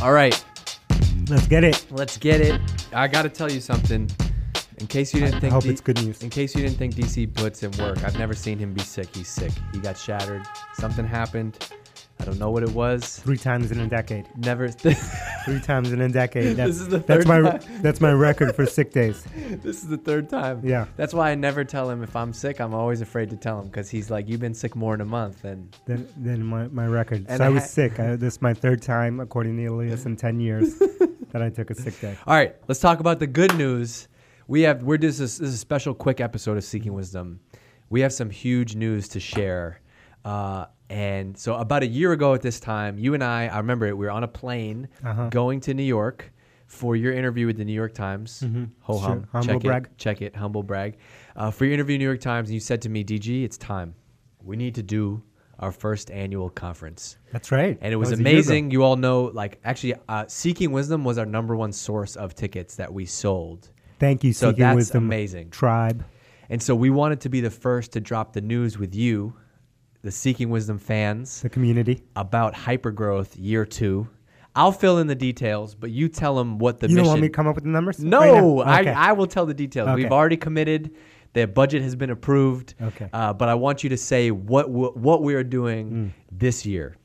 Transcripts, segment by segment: All right, Let's get it. let's get it. I got to tell you something. In case you didn't I think hope D- it's good news. In case you didn't think DC puts in work, I've never seen him be sick. He's sick. He got shattered. Something happened. I don't know what it was. Three times in a decade. Never. Three times in a decade. That's, This is the that's third my time. that's my record for sick days. this is the third time. Yeah. That's why I never tell him if I'm sick. I'm always afraid to tell him because he's like, "You've been sick more in a month," and Than, than my, my record. And so I I was ha- sick. I, this is my third time, according to Elias, in ten years that I took a sick day. All right, let's talk about the good news. We have we're just this is a special quick episode of Seeking Wisdom. We have some huge news to share. Uh, and so about a year ago at this time, you and I, I remember it, we were on a plane Uh-huh. going to New York for your interview with the New York Times. Ho hum, Mm-hmm. Sure. Humble check brag. it, check it, humble brag. Uh, for your interview, in New York Times, and you said to me, DG, it's time. We need to do our first annual conference That's right. and it That was, a year ago. amazing. You all know, like actually, uh, Seeking Wisdom was our number one source of tickets that we sold, Thank you, So Seeking that's Wisdom amazing. Tribe. and so we wanted to be the first to drop the news with you, the Seeking Wisdom fans, The community. about hypergrowth year two. I'll fill in the details, but you tell them what the you mission. don't want me to come up with the numbers? right no, now? Okay. I, I will tell the details. Okay. We've already committed. The budget has been approved. Okay. Mm. Uh, but I want you to say what w- what we are doing this year.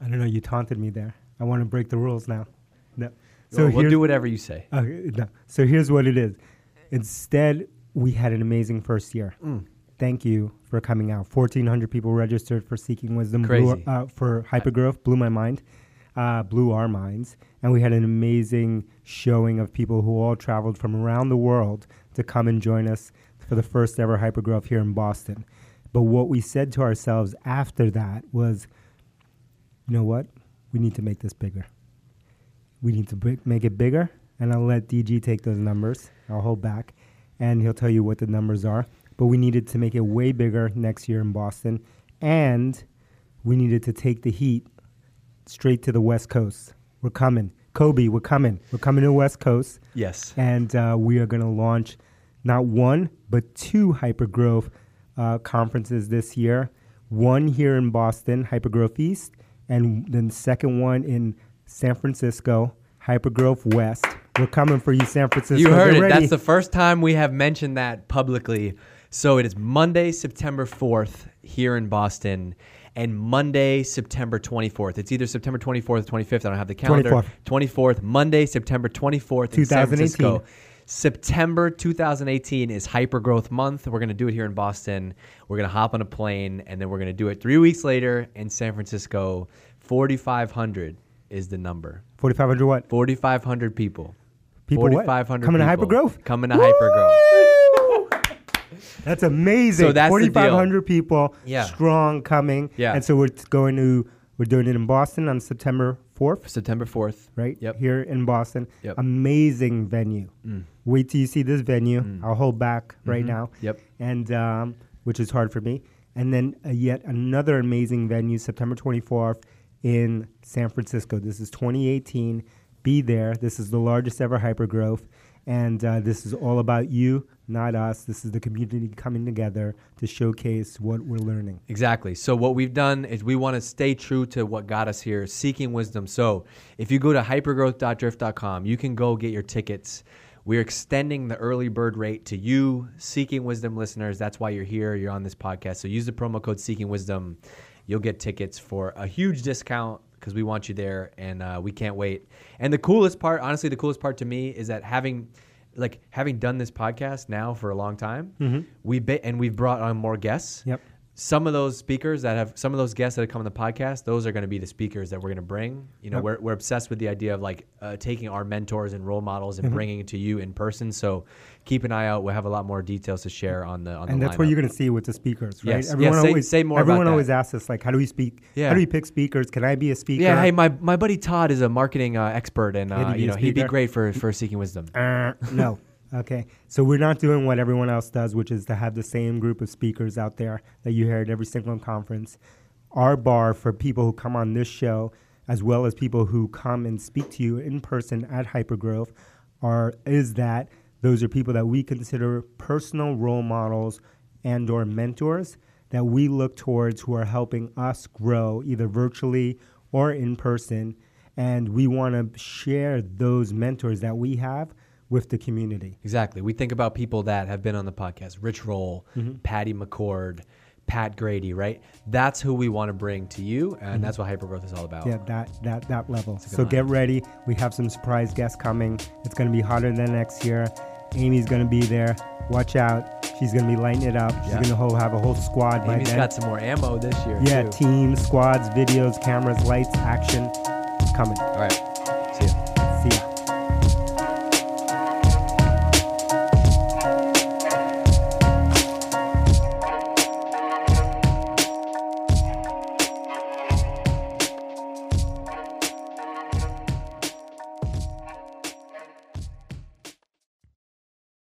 I don't know. You taunted me there. I want to break the rules now. No. we'll here's- do whatever you say. Okay, no. So here's what it is. Instead, we had an amazing first year. Thank you for coming out. 1,400 people registered for Seeking Wisdom Crazy. Blew, uh, for Hypergrowth. Blew my mind. Uh, blew our minds. And we had an amazing showing of people who all traveled from around the world to come and join us for the first ever Hypergrowth here in Boston. But what we said to ourselves after that was, you know what? We need to make this bigger. We need to bri- make it bigger, and I'll let DG take those numbers. I'll hold back, and he'll tell you what the numbers are. But we needed to make it way bigger next year in Boston, and we needed to take the heat straight to the West Coast. We're coming. Kobe, we're coming. We're coming to the West Coast. Yes. And uh, we are going to launch not one, but two Hypergrowth uh, conferences this year. One here in Boston, Hypergrowth East, and then the second one in San Francisco, Hypergrowth West. We're coming for you, San Francisco. You heard Get it. ready. That's the first time we have mentioned that publicly. So it is Monday, September 4th here in Boston and Monday, September 24th. It's either September 24th or 25th. I don't have the calendar. 24th. 24th, Monday, September 24th in San 2018. Francisco. September 2018 is Hypergrowth Month. We're going to do it here in Boston. We're going to hop on a plane and then we're going to do it 3 weeks later in San Francisco. 4500 is the number. 4,500 what? 4,500 people. People what? 4,500 Coming to people. Hypergrowth? Coming to Hypergrowth. That's amazing. So that's the deal. 4,500 people, Yeah. strong coming. Yeah. And so we're t- going to, we're doing it in Boston on September 4th. September 4th. right? Yep. Here in Boston. Yep. Mm. Amazing venue. Wait till you see this venue. I'll hold back right now. Mm-hmm. Yep. And um, which is hard for me. And then uh, yet another amazing venue, September 24th in San Francisco. This is 2018. Be there. This is the largest ever hypergrowth. And uh, this is all about you, not us. This is the community coming together to showcase what we're learning. Exactly. So what we've done is we want to stay true to what got us here, seeking wisdom. So if you go to hypergrowth.drift.com, you can go get your tickets. We're extending the early bird rate to you, seeking wisdom listeners. That's why you're here. You're on this podcast. So use the promo code seeking wisdom. You'll get tickets for a huge discount because we want you there and uh, we can't wait. And the coolest part, honestly, the coolest part to me is that having like having done this podcast now for a long time, we ba- and we've brought on more guests Yep. some of those speakers that have some of those guests that have come on the podcast those are going to be the speakers that we're going to bring you know Yep. we're, we're obsessed with the idea of like uh, taking our mentors and role models Mm-hmm. and bringing it to you in person so keep an eye out we'll have a lot more details to share on the on and the that's what lineup. you're going to see with the speakers, right? Yes, yes, say- say more about Everyone that. always asks us, like, how do we speak? Yeah. How do we pick speakers? Can I be a speaker? yeah hey my, my buddy todd is a marketing uh, expert and He'd uh, be you a know he'd be speaker. great for for seeking wisdom Uh, no. Okay. So we're not doing what everyone else does, which is to have the same group of speakers out there that you hear at every single conference. Our bar for people who come on this show, as well as people who come and speak to you in person at Hypergrowth, are is that those are people that we consider personal role models and or mentors that we look towards who are helping us grow either virtually or in person And we want to share those mentors that we have with the community. Exactly. We think about people that have been on the podcast Rich Roll, Mm-hmm. Patty McCord, Pat Grady, right? That's who we want to bring to you. And that's what hypergrowth is all about. Mm-hmm. Yeah, that that that level. good So lineup. get ready. We have some surprise guests coming. It's gonna be hotter than next year. Amy's gonna be there. Watch out. She's gonna be lighting it up. She's Yeah. gonna whole, have a whole squad by Amy's then. got some more ammo this year. yeah, too. teams, squads, videos, cameras, lights, action. It's coming. all right.